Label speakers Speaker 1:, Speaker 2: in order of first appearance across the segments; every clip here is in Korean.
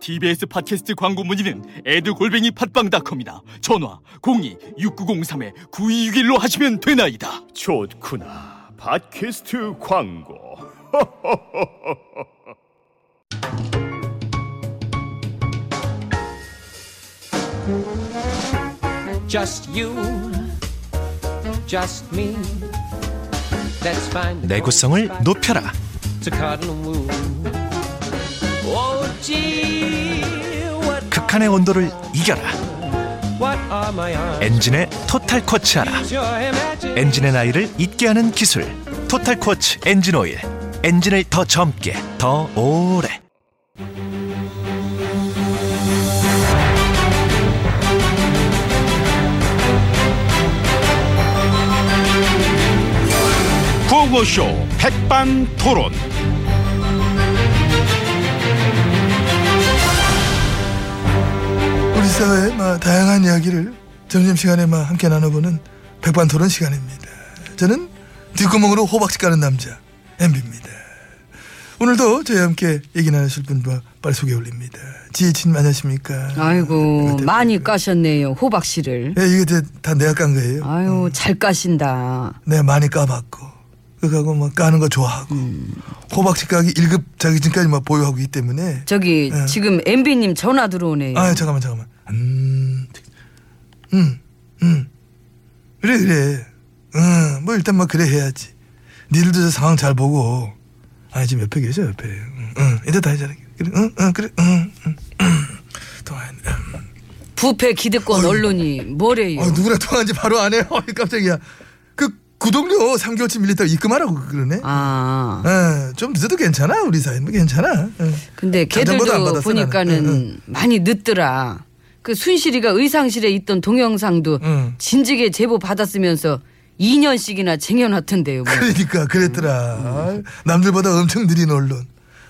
Speaker 1: TBS 팟캐스트 광고 문의는 에드골뱅이 팟빵닷컴이나 전화 02-6903-9261로 하시면 되나이다.
Speaker 2: 좋구나. 팟캐스트 광고.
Speaker 3: Just you, just me. Let's find the
Speaker 4: 내구성을
Speaker 3: golden spot
Speaker 4: 높여라.
Speaker 3: to cuddle and woo. Oh, gee, what,
Speaker 4: 극한의 온도를 이겨라.
Speaker 3: what are my eyes?
Speaker 4: 엔진의 토탈 쿼츠하라.
Speaker 3: Your imagination.
Speaker 4: 엔진의 나이를 잊게 하는 기술. 토탈 쿼츠 엔진 오일. 엔진을 더 젊게, 더 오래.
Speaker 5: 구호쇼 백반토론.
Speaker 6: 우리 사회의 막 다양한 이야기를 점심시간에 막 함께 나눠보는 백반토론 시간입니다. 저는 뒷구멍으로 호박씨 까는 남자 엠비입니다. 오늘도 저희와 함께 얘기 나누실 분과 빨리 소개 올립니다. 지혜진님 안녕하십니까?
Speaker 7: 아이고 많이 까셨네요 호박 씨를.
Speaker 6: 예, 이게 이제 다 내가 깐 거예요.
Speaker 7: 아유 잘 까신다.
Speaker 6: 내가 많이 까봤고 그하고 막 까는 거 좋아하고
Speaker 7: 음.
Speaker 6: 호박씨 까기 1급 자격증까지 막 보유하고 있기 때문에
Speaker 7: 저기
Speaker 6: 예.
Speaker 7: 지금 MB님 전화 들어오네요.
Speaker 6: 아 잠깐만 잠깐만 음음음 음, 음. 그래 그래 음뭐 일단 뭐 그래 해야지 니들도 저 상황 잘 보고 아니 지금 옆에 계셔 옆에 응 응. 이제 다 해자라 그래 응응 그래 응응 통화했네 음.
Speaker 7: 부패 기득권 언론이 뭐래요?
Speaker 6: 어, 누구랑 통화한지 바로 안 해 어이 깜짝이야 그 구독료 3개월치 밀렸다고 입금하라고 그러네
Speaker 7: 아
Speaker 6: 어, 좀 늦어도 괜찮아 우리 사이 뭐 괜찮아 어.
Speaker 7: 근데
Speaker 6: 전보다 안
Speaker 7: 걔들도
Speaker 6: 받았어,
Speaker 7: 보니까는
Speaker 6: 나는. 네, 응,
Speaker 7: 많이 늦더라. 그 순실이가 의상실에 있던 동영상도
Speaker 6: 응.
Speaker 7: 진즉에 제보 받았으면서 2년씩이나 쟁여놨던데요. 뭐.
Speaker 6: 그러니까 그랬더라. 아이, 남들보다 엄청 느린 언론.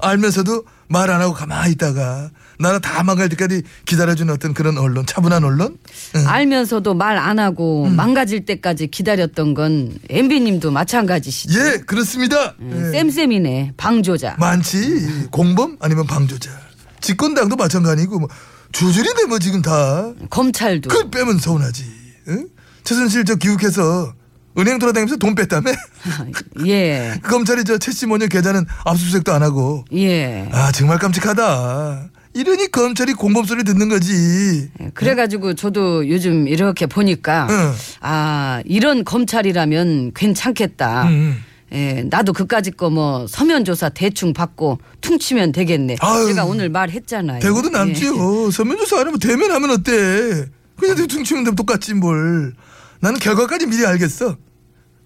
Speaker 6: 알면서도 말 안 하고 가만히 있다가 나라 다 망갈 때까지 기다려주는 어떤 그런 언론, 차분한 언론. 응.
Speaker 7: 알면서도 말 안 하고 망가질 때까지 기다렸던 건 MB님도 마찬가지시죠.
Speaker 6: 예, 그렇습니다. 예.
Speaker 7: 쌤쌤이네 방조자.
Speaker 6: 많지. 공범 아니면 방조자. 집권당도 마찬가지고 뭐 줄줄이네 뭐 지금 다.
Speaker 7: 검찰도
Speaker 6: 그걸 빼면 서운하지. 응? 최순실 저 기욱해서 은행 돌아다니면서 돈 뺐다며? 그,
Speaker 7: 예.
Speaker 6: 검찰이 저 최씨 모녀 계좌는 압수수색도 안 하고
Speaker 7: 예.
Speaker 6: 아 정말 깜찍하다. 이러니 검찰이 공범 소리 듣는 거지.
Speaker 7: 그래가지고 저도 요즘 이렇게 보니까
Speaker 6: 응.
Speaker 7: 아 이런 검찰이라면 괜찮겠다.
Speaker 6: 응.
Speaker 7: 예, 나도 그까짓 거 뭐 서면 조사 대충 받고 퉁치면 되겠네.
Speaker 6: 아유.
Speaker 7: 제가 오늘 말했잖아요.
Speaker 6: 대고도 남지요. 서면조사 안 하면 대면 하면 어때? 그냥 등치면 되면 똑같지 뭘. 나는 결과까지 미리 알겠어.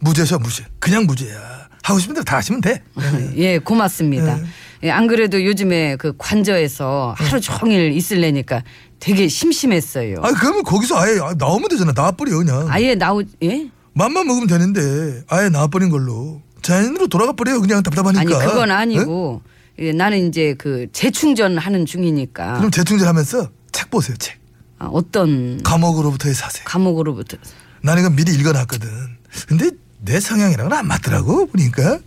Speaker 6: 무죄셔 무죄. 그냥 무죄야. 하고 싶은 대로 다 하시면 돼.
Speaker 7: 예, 예, 고맙습니다. 예, 안 그래도 요즘에 그 관저에서 하루 종일 있으려니까 되게 심심했어요.
Speaker 6: 아 그러면 거기서 아예 아, 나오면 되잖아. 나와버려 그냥.
Speaker 7: 아예 나오 예?
Speaker 6: 맘만 먹으면 되는데 아예 나와버린 걸로 자연으로 돌아가 버려요. 그냥 답답하니까.
Speaker 7: 아니 그건
Speaker 6: 응?
Speaker 7: 아니고 예, 나는 이제 그 재충전하는 중이니까
Speaker 6: 그럼 재충전하면서 책 보세요. 책.
Speaker 7: 아, 어떤
Speaker 6: 감옥으로부터의 사세.
Speaker 7: 감옥으로부터
Speaker 6: 나는 이건 미리 읽어놨거든. 근데 내 성향이랑은 안 맞더라고 보니까.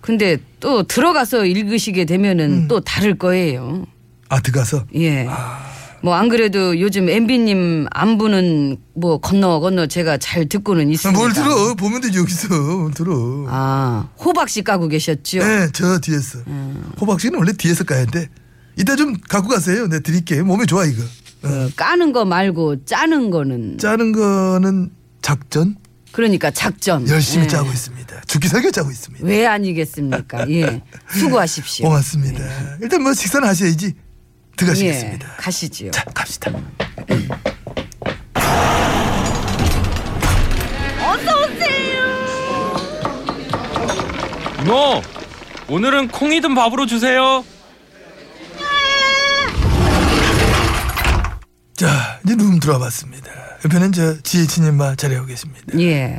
Speaker 7: 근데 또 들어가서 읽으시게
Speaker 6: 음.
Speaker 7: 되면은 또 다를 거예요.
Speaker 6: 아 들어가서
Speaker 7: 예.
Speaker 6: 아.
Speaker 7: 뭐 안 그래도 요즘 MB님 안부는 뭐 건너 건너 제가 잘 듣고는 있습니다.
Speaker 6: 아, 뭘 들어 보면 되지 여기서 들어.
Speaker 7: 아 호박씨 까고 계셨죠?
Speaker 6: 네, 저 뒤에서
Speaker 7: 음.
Speaker 6: 호박 씨는 원래 뒤에서 까야 돼. 이따 좀 갖고 가세요. 내가 드릴게. 몸에 좋아 이거. 어.
Speaker 7: 그 까는 거 말고 짜는 거는
Speaker 6: 짜는 거는 작전
Speaker 7: 그러니까 작전
Speaker 6: 열심히
Speaker 7: 예.
Speaker 6: 짜고 있습니다. 죽기 살겨 짜고 있습니다.
Speaker 7: 왜 아니겠습니까? 예, 수고하십시오.
Speaker 6: 고맙습니다. 일단 뭐 식사는 하셔야지 들어가시겠습니다.
Speaker 7: 네. 예, 가시지요.
Speaker 6: 자 갑시다.
Speaker 8: 노! 오늘은 콩이든 밥으로 주세요.
Speaker 6: 자 이제 룸 들어와봤습니다. 옆에는 저 지혜진님만 자리하고 계십니다.
Speaker 7: 예.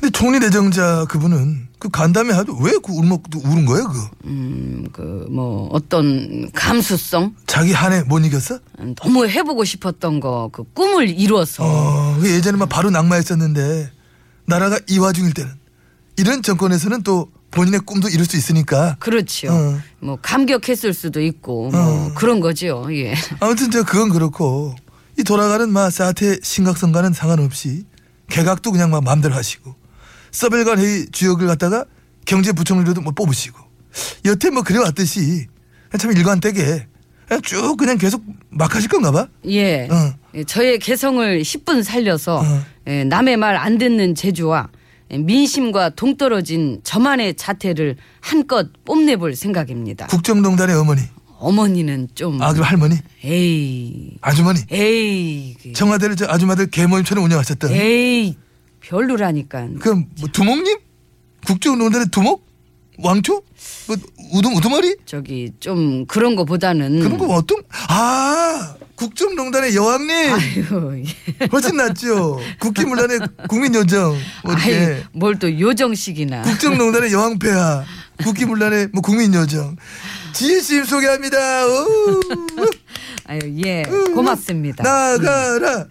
Speaker 6: 근데 총리 내정자 그분은 그 간담회 하도 왜그 울먹 우는 거예요? 그
Speaker 7: 음, 그, 뭐, 어떤 감수성?
Speaker 6: 자기 한해 못 이겼어?
Speaker 7: 너무 해보고 싶었던 거, 그 꿈을 이뤄서.
Speaker 6: 어, 그 예전에 막 바로 낙마했었는데 나라가 이와중일 때는 이런 정권에서는 또 본인의 꿈도 이룰 수 있으니까
Speaker 7: 그렇지요.
Speaker 6: 어.
Speaker 7: 뭐, 감격했을 수도 있고, 뭐,
Speaker 6: 어.
Speaker 7: 그런 거지요. 예.
Speaker 6: 아무튼 저 그건 그렇고 이 돌아가는 마 사태의 심각성과는 상관없이 개각도 그냥 막 마음대로 하시고 서벨관 회의 주역을 갖다가 경제부총리로도 뭐 뽑으시고 여태 뭐 그래왔듯이 참 일관되게 그냥 쭉 그냥 계속 막 하실 건가 봐.
Speaker 7: 예.
Speaker 6: 어.
Speaker 7: 예, 저의 개성을 10분 살려서
Speaker 6: 어.
Speaker 7: 예, 남의 말 안 듣는 재주와 예, 민심과 동떨어진 저만의 자태를 한껏 뽐내볼 생각입니다.
Speaker 6: 국정농단의 어머니,
Speaker 7: 어머니는 좀
Speaker 6: 아 그럼 할머니,
Speaker 7: 에이
Speaker 6: 아주머니,
Speaker 7: 에이 그,
Speaker 6: 청와대를 저 아줌마들 개모임처럼 운영하셨던
Speaker 7: 예. 에이 별로라니까.
Speaker 6: 그럼 뭐 두목님? 국정농단의 두목? 왕초? 뭐 우동 우두머리?
Speaker 7: 저기 좀 그런 거보다는
Speaker 6: 그런 거 어떤? 아 국정농단의 여왕님
Speaker 7: 아유, 예.
Speaker 6: 훨씬 낫죠. 국기문란의 국민요정. 뭐
Speaker 7: 아유
Speaker 6: 이렇게.
Speaker 7: 뭘 또 요정식이나
Speaker 6: 국정농단의 여왕폐하. 국기문란의 뭐 국민요정. 지혜 씨 소개합니다. 오,
Speaker 7: 아유 예
Speaker 6: 음,
Speaker 7: 고맙습니다. 음.
Speaker 6: 나가라.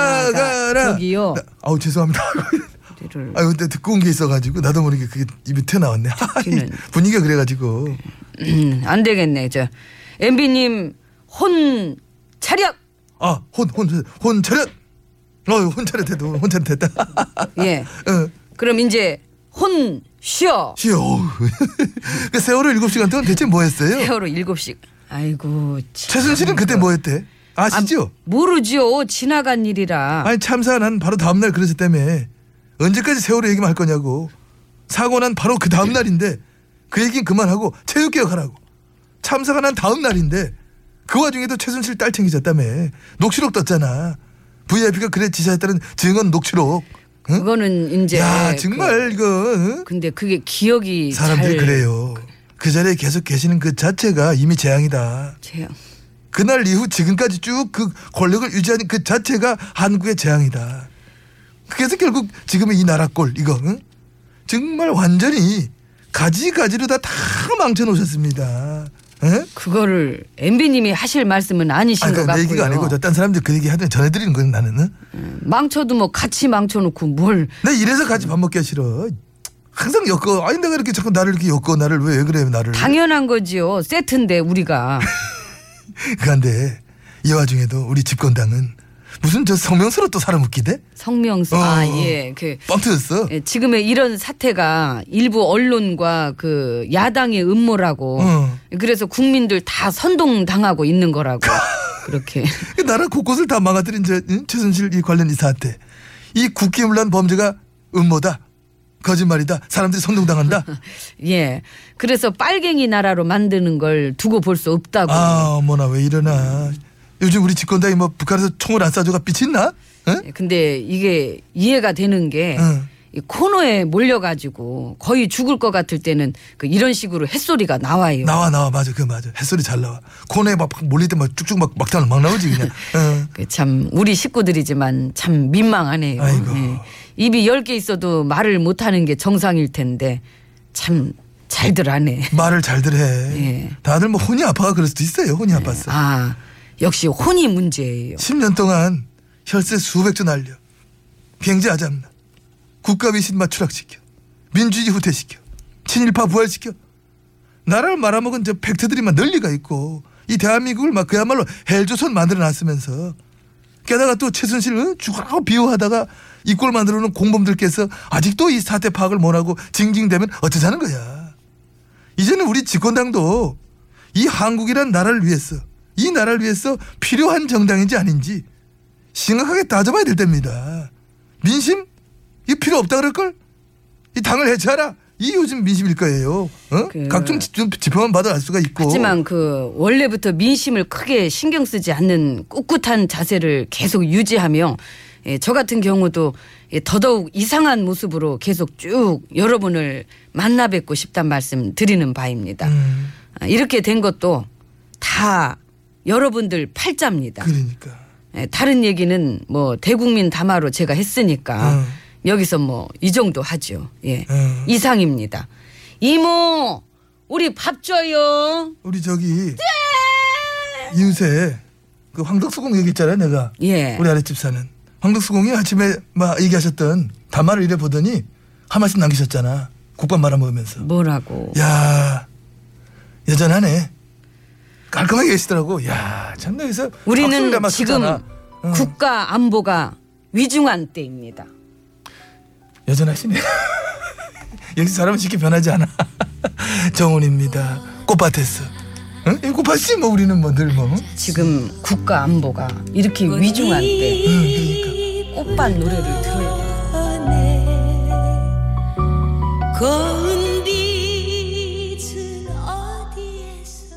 Speaker 6: 나가라.
Speaker 7: 저기요.
Speaker 6: 나- 네. 아우 죄송합니다.
Speaker 7: 우리를
Speaker 6: 아유 근데 듣고 온 게 있어가지고 나도 모르게 그게 입에 튀어나왔네.
Speaker 7: 듣기는.
Speaker 6: 분위기가 그래가지고.
Speaker 7: 음, 안 되겠네. 저 MB님 혼 차력.
Speaker 6: 아 혼 혼 혼 차렷. 어혼 차렷해도 혼 차렷했다.
Speaker 7: 예.
Speaker 6: 어.
Speaker 7: 그럼 이제 혼 쉬어.
Speaker 6: 쉬어. 그 세월호 일곱 시간 동안 대체 뭐 했어요?
Speaker 7: 세월호 일곱 시. 아이고. 참.
Speaker 6: 최순실은 그때 뭐 했대? 아시죠?
Speaker 7: 모르지요. 지나간 일이라.
Speaker 6: 아니 참사 난 바로 다음 날 그러셨다며. 언제까지 세월호 얘기만 할 거냐고. 사고 난 바로 그 다음 날인데 그 얘기는 그만하고 체육개혁 하라고. 참사가 난 다음 날인데 그 와중에도 최순실 딸 챙기셨다며. 녹취록 떴잖아. VIP가 그래 지시했다는 증언 녹취록. 응?
Speaker 7: 그거는 이제.
Speaker 6: 야 정말 이거. 응?
Speaker 7: 그, 근데 그게 기억이
Speaker 6: 사람들이
Speaker 7: 잘
Speaker 6: 그래요. 그 자리에 계속 계시는 그 자체가 이미 재앙이다.
Speaker 7: 돼요.
Speaker 6: 그날 이후 지금까지 쭉 그 권력을 유지하는 그 자체가 한국의 재앙이다. 그래서 결국 지금의 이 나라 꼴 이거 응? 정말 완전히 가지가지로 다 다 망쳐놓으셨습니다. 응?
Speaker 7: 그거를 MB님이 하실 말씀은 아니신
Speaker 6: 아,
Speaker 7: 것
Speaker 6: 그러니까
Speaker 7: 같고요.
Speaker 6: 내 얘기가 아니고 저딴 사람들 그 얘기 하더니 전해드리는 거는 나는. 응?
Speaker 7: 망쳐도 뭐 같이 망쳐놓고 뭘
Speaker 6: 나 이래서 같이 밥 먹기가 싫어. 항상 엮어. 아니 내가 이렇게 자꾸 나를 이렇게 엮어 나를 왜, 왜 그래 나를.
Speaker 7: 당연한 거지요. 세트인데 우리가.
Speaker 6: 그런데 이 와중에도 우리 집권당은 무슨 저 성명서로 또 사람 웃기대?
Speaker 7: 성명서.
Speaker 6: 어.
Speaker 7: 아 예. 그
Speaker 6: 빵 터졌어.
Speaker 7: 예, 지금의 이런 사태가 일부 언론과 그 야당의 음모라고
Speaker 6: 어.
Speaker 7: 그래서 국민들 다 선동당하고 있는 거라고 그렇게
Speaker 6: 이 나라 곳곳을 다 망가뜨린 저, 응? 최순실 이 관련 이 사태. 이 국기문란 범죄가 음모다. 거짓말이다. 사람들이 선동당한다.
Speaker 7: 예 그래서 빨갱이 나라로 만드는 걸 두고 볼 수 없다고
Speaker 6: 아 어머나 왜 이러나. 요즘 우리 집권당이 뭐 북한에서 총을 안 쏴줘가 삐친나? 응?
Speaker 7: 예, 근데 이게 이해가 되는 게
Speaker 6: 응.
Speaker 7: 이 코너에 몰려가지고 거의 죽을 것 같을 때는 그 이런 식으로 햇소리가 나와요.
Speaker 6: 나와 나와 맞아 그 맞아 햇소리 잘 나와 코너에 막 몰릴 때 막 쭉쭉 막 막탄을 막 나오지 그냥 응.
Speaker 7: 그 참 우리 식구들이지만 참 민망하네요.
Speaker 6: 아이고.
Speaker 7: 예. 입이 열 개 있어도 말을 못하는 게 정상일 텐데 참 잘들 하네.
Speaker 6: 말을 잘들 해
Speaker 7: 예.
Speaker 6: 다들 뭐 혼이 아파가 그럴 수도 있어요 혼이 아팠어
Speaker 7: 아 역시 혼이 문제예요.
Speaker 6: 10년 동안 혈세 수백 조 날려 경제 아잡나 국가 위신마 추락시켜 민주주의 후퇴시켜 친일파 부활시켜 나라를 말아먹은 저 팩트들이 막 널리가 있고 이 대한민국을 막 그야말로 헬조선 만들어놨으면서 게다가 또 최순실을 죽으라고 비호하다가 이 꼴 만들어놓은 공범들께서 아직도 이 사태 파악을 못하고 징징대면 어쩌자는 거야 이제는 우리 집권당도 이 한국이란 나라를 위해서 이 나라를 위해서 필요한 정당인지 아닌지 심각하게 따져봐야 될 때입니다. 민심 이 필요 없다 그럴 걸? 이 당을 해체하라. 이 요즘 민심일 거예요. 어?
Speaker 7: 그-
Speaker 6: 각종 지- 좀 지표만 봐도 알 수가 있고.
Speaker 7: 하지만 그 원래부터 민심을 크게 신경 쓰지 않는 꿋꿋한 자세를 계속 유지하며 예, 저 같은 경우도 예, 더더욱 이상한 모습으로 계속 쭉 여러분을 만나 뵙고 싶단 말씀 드리는 바입니다.
Speaker 6: 음,
Speaker 7: 아, 이렇게 된 것도 다 여러분들 팔자입니다.
Speaker 6: 그러니까.
Speaker 7: 에, 다른 얘기는 뭐 대국민 담화로 제가 했으니까
Speaker 6: 음.
Speaker 7: 여기서 뭐 이 정도 하죠. 예.
Speaker 6: 음.
Speaker 7: 이상입니다. 이모, 우리 밥 줘요.
Speaker 6: 우리 저기 이웃에 그 황덕수공 얘기했잖아요 내가
Speaker 7: 네! 예.
Speaker 6: 우리 아랫집 사는 황덕수공이 아침에 막 얘기하셨던 담화를 이래 보더니 한 말씀 남기셨잖아 국밥 말아 먹으면서
Speaker 7: 뭐라고?
Speaker 6: 야 여전하네 깔끔하게 계시더라고 야참 여기서 박수를
Speaker 7: 우리는
Speaker 6: 담아
Speaker 7: 지금
Speaker 6: 쓰잖아. 응,
Speaker 7: 국가 안보가 위중한 때입니다.
Speaker 6: 여전하시네 역시 사람은 쉽게 변하지 않아 정훈입니다 꽃밭에서 응? 이 꽃밭이 뭐 우리는 뭐 늘 뭐.
Speaker 7: 지금 국가 안보가 이렇게 위중한 때
Speaker 6: 응, 음, 그러니까.
Speaker 7: 오빠 노래를 들어요.
Speaker 9: 고운 빛은 어디에서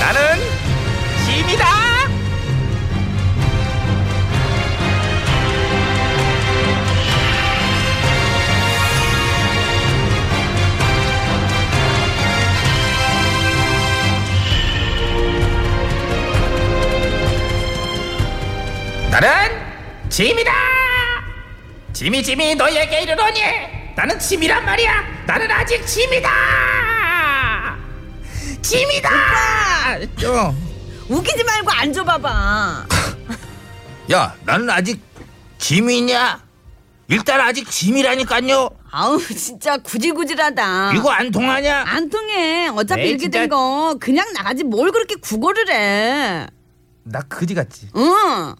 Speaker 2: 나는 짐이다.
Speaker 10: 나는 짐이다. 짐이 짐이 너에게 이르노니 나는 짐이란 말이야. 나는 아직 짐이다. 짐이다.
Speaker 11: 야,
Speaker 7: 웃기지 말고 앉아봐봐.
Speaker 11: 야, 나는 아직 짐이냐? 일단 아직 짐이라니까요.
Speaker 7: 아우, 진짜 구질구질하다.
Speaker 11: 이거 안 통하냐?
Speaker 7: 안 통해. 어차피
Speaker 11: 에이,
Speaker 7: 이렇게
Speaker 11: 진짜.
Speaker 7: 된 거 그냥 나가지 뭘 그렇게 구걸을 해.
Speaker 11: 나 그지 같지.
Speaker 7: 응.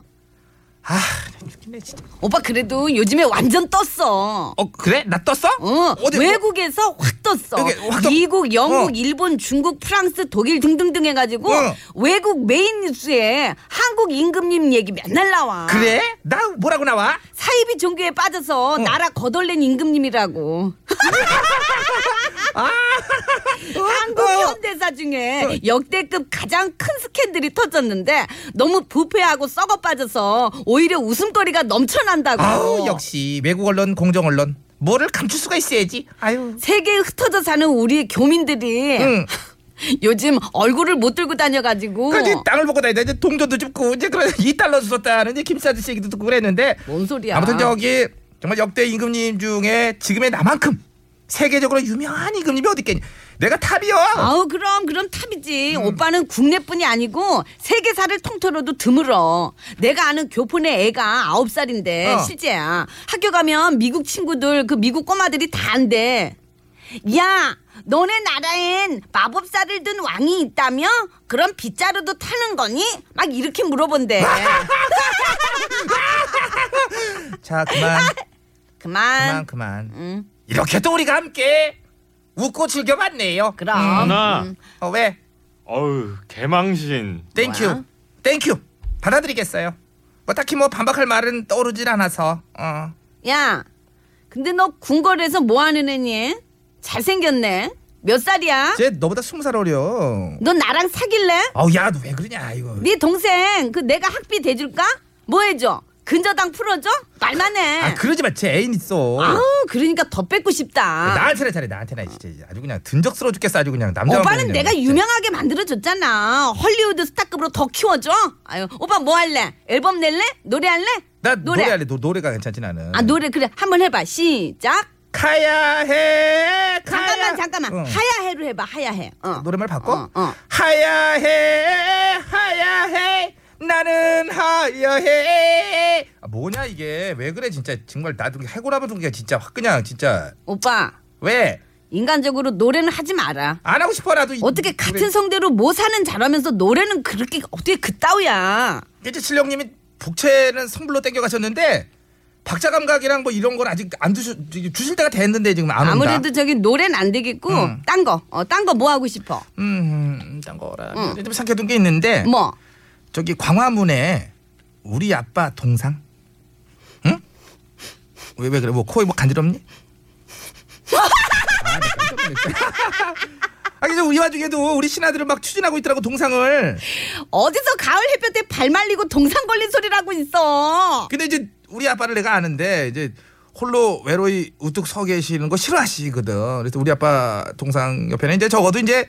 Speaker 11: 아, 웃기네 진짜.
Speaker 7: 오빠 그래도 요즘에 완전 떴어.
Speaker 11: 어 그래? 나 떴어?
Speaker 7: 어,
Speaker 11: 어디-
Speaker 7: 외국에서 확 떴어.
Speaker 11: 여기 확 떴-
Speaker 7: 미국, 영국,
Speaker 11: 어.
Speaker 7: 일본, 중국, 프랑스, 독일 등등등 해가지고
Speaker 11: 어.
Speaker 7: 외국 메인 뉴스에 한국 임금님 얘기 맨날 나와.
Speaker 11: 어, 그래? 어. 나 뭐라고 나와?
Speaker 7: 사이비 종교에 빠져서 나라 거덜낸 임금님이라고.
Speaker 11: 아.
Speaker 7: 한국
Speaker 11: 어.
Speaker 7: 현대사 중에 역대급 가장 큰 스캔들이 터졌는데 너무 부패하고 썩어 빠져서 오히려 웃음거리가 넘쳐난다고.
Speaker 11: 아우 역시 외국 언론 공정 언론 뭐를 감출 수가 있어야지. 아유.
Speaker 7: 세계에 흩어져 사는 우리 교민들이
Speaker 11: 응.
Speaker 7: 요즘 얼굴을 못 들고 다녀가지고
Speaker 11: 그래서 그러니까 이 땅을 보고 다니다 이제 동전도 줍고 이제 그런 이 달러 주셨다는 이제 김씨 아저씨 얘기도 듣고 그랬는데
Speaker 7: 뭔 소리야.
Speaker 11: 아무튼 저기 정말 역대 임금님 중에 지금의 나만큼 세계적으로 유명한 임금님이 어디 있겠니? 내가 탑이요.
Speaker 7: 아우 그럼 그럼 탑이지. 오빠는 국내뿐이 아니고 세계사를 통틀어도 드물어. 내가 아는 교포네 애가 아홉 살인데
Speaker 11: 어.
Speaker 7: 실제야. 학교 가면 미국 친구들 그 미국 꼬마들이 다 안돼. 야 너네 나라엔 마법사를 든 왕이 있다며? 그럼 빗자루도 타는 거니? 막 이렇게 물어본대.
Speaker 11: 자 그만
Speaker 7: 그만.
Speaker 11: 그만 그만.
Speaker 7: 아, 응.
Speaker 11: 이렇게 또 우리가 함께 웃고 즐겨봤네요.
Speaker 7: 그럼.
Speaker 8: 누나,
Speaker 11: 어, 왜?
Speaker 8: 어우 개망신.
Speaker 11: 땡큐 땡큐 받아들이겠어요. 뭐 딱히 뭐 반박할 말은 떠오르질 않아서 어.
Speaker 7: 야, 근데 너 궁궐에서 뭐 하는 애니? 잘생겼네. 몇 살이야?
Speaker 11: 쟤 너보다 스무 살 어려.
Speaker 7: 너 나랑 사귈래?
Speaker 11: 아우 야너 왜 그러냐 이거.
Speaker 7: 네 동생 그 내가 학비 대줄까? 뭐 해줘? 근저당 풀어줘? 말만 해.
Speaker 11: 아 그러지 마. 제 애인 있어.
Speaker 7: 아우 그러니까 더 뺏고 싶다.
Speaker 11: 나한테 차례 차례 나한테나 진짜 아주 그냥 든적스러워 죽겠어 아주 그냥 남자
Speaker 7: 오빠는 내가 유명하게 만들어줬잖아. 헐리우드 스타급으로 더 키워줘. 아유, 오빠 뭐 할래? 앨범 낼래? 노래할래?
Speaker 11: 나 노래. 할래 노, 노래가 괜찮지 나는
Speaker 7: 아 노래 그래 한번 해봐. 시작.
Speaker 11: 카야해
Speaker 7: 잠깐만 잠깐만.
Speaker 11: 응.
Speaker 7: 하야해로 해봐. 하야해. 어.
Speaker 11: 노래말 바꿔 하야해 하야해 나는 하야해 아, 뭐냐 이게 왜 그래 진짜 정말 나도 해고라면 좀 그냥 진짜 확 그냥 진짜
Speaker 7: 오빠
Speaker 11: 왜 안
Speaker 7: 인간적으로 노래는 하지 마라.
Speaker 11: 하고 싶어 나도 이-
Speaker 7: 어떻게 같은
Speaker 11: 노래-
Speaker 7: 성대로 뭐 모사는 잘하면서 노래는 그렇게 어떻게 그따위야.
Speaker 11: 이제 칠령님이 북채는 선불로 땡겨가셨는데 박자 감각이랑 뭐 이런 건 아직 안 주실 주실 때가 됐는데 지금 안 온다 음.
Speaker 7: 아무래도 저기 노래는 안 되겠고 딴 거. 어, 딴 거 뭐 하고 싶어?
Speaker 11: 음딴 거라 좀 생각해둔 게 있는데
Speaker 7: 뭐?
Speaker 11: 저기 광화문에 우리 아빠 동상 응? 왜 왜 그래 뭐 코에 뭐 간지럽니? 아, 나 깜짝 놀랐다. 아 근데 우리 와중에도 우리 신하들은 막 추진하고 있더라고 동상을
Speaker 7: 어디서 가을 햇볕에 발 말리고 동상 걸린 소리라고 있어.
Speaker 11: 근데 이제 우리 아빠를 내가 아는데 이제 홀로 외로이 우뚝 서 계시는 거 싫어하시거든. 그래서 우리 아빠 동상 옆에는 이제 적어도 이제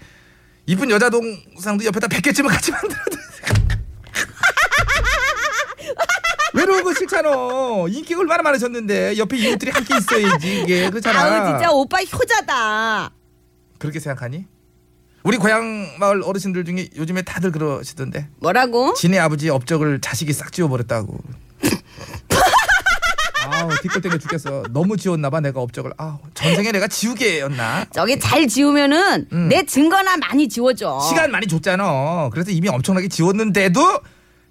Speaker 11: 이쁜 여자 동상도 옆에다 100개쯤은 같이 만들어도 외로운 거 싫잖아. 인기가 얼마나 많으셨는데 옆에 이웃들이 함께 있어야지 이게 그렇잖아.
Speaker 7: 아우 진짜 오빠 효자다.
Speaker 11: 그렇게 생각하니? 우리 고향 마을 어르신들 중에 요즘에 다들 그러시던데.
Speaker 7: 뭐라고?
Speaker 11: 진의 아버지 업적을 자식이 싹 지워버렸다고. 아우 뒷골 땡겨 죽겠어. 너무 지웠나봐 내가 업적을. 아우 전생에 내가 지우개였나?
Speaker 7: 저기 잘 지우면은 내 증거나 많이 지워줘.
Speaker 11: 음. 시간 많이 줬잖아. 그래서 이미 엄청나게 지웠는데도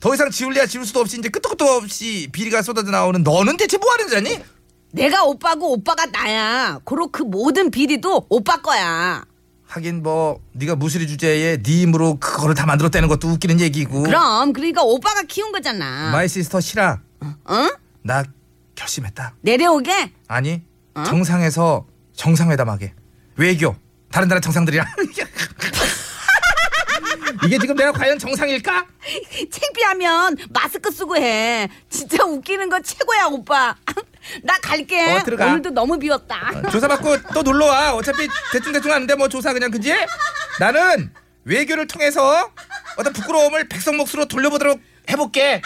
Speaker 11: 더 이상 지울래야 지울 수도 없이 이제 끄떡끄떡 없이 비리가 쏟아져 나오는 너는 대체 뭐 하는 자니?
Speaker 7: 내가 오빠고 오빠가 나야. 고로 그 모든 비리도 오빠 거야.
Speaker 11: 하긴 뭐 네가 무수리 주제에 네 힘으로 그거를 다 만들었다는 것도 웃기는 얘기고.
Speaker 7: 그럼 그러니까 오빠가 키운 거잖아.
Speaker 11: 마이 시스터 실아
Speaker 7: 응?
Speaker 11: 나 결심했다.
Speaker 7: 내려오게?
Speaker 11: 아니 정상에서 정상회담하게 외교 다른 나라 정상들이랑 이게 지금 내가 과연 정상일까?
Speaker 7: 창피하면 마스크 쓰고 해. 진짜 웃기는 거 최고야 오빠. 나 갈게.
Speaker 11: 어, 들어가.
Speaker 7: 오늘도 너무 비웠다.
Speaker 11: 조사받고 또 놀러와 어차피 대충대충 하는데 뭐 조사 그냥 그지? 나는 외교를 통해서 어떤 부끄러움을 백성목수로 돌려보도록 해볼게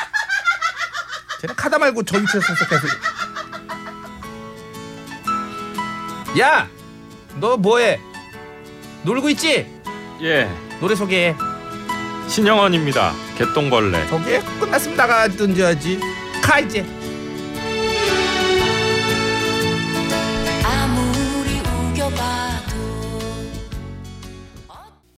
Speaker 11: 쟤는 카다 말고 저 위치에 서서 계속 야너 뭐해 놀고 있지?
Speaker 8: 예,
Speaker 11: 노래 소개해
Speaker 8: 신영원입니다. 개똥벌레.
Speaker 11: 저기 끝났으면 나가든지 하지 가 이제